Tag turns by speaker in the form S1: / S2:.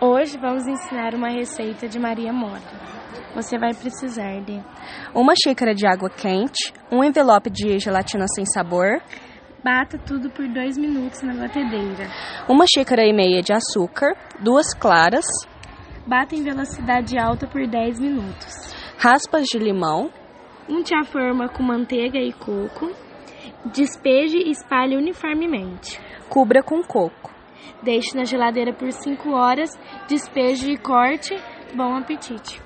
S1: Hoje vamos ensinar uma receita de Maria Mora. Você vai precisar de
S2: Uma xícara de água quente, um envelope de gelatina sem sabor,
S1: bata tudo por dois minutos na batedeira.
S2: uma xícara e meia de açúcar, duas claras,
S1: Bata em velocidade alta por 10 minutos.
S2: raspas de limão,
S1: Unte a forma com manteiga e coco. Despeje e espalhe uniformemente.
S2: cubra com coco.
S1: Deixe na geladeira por 5 horas. Despeje e corte. Bom apetite!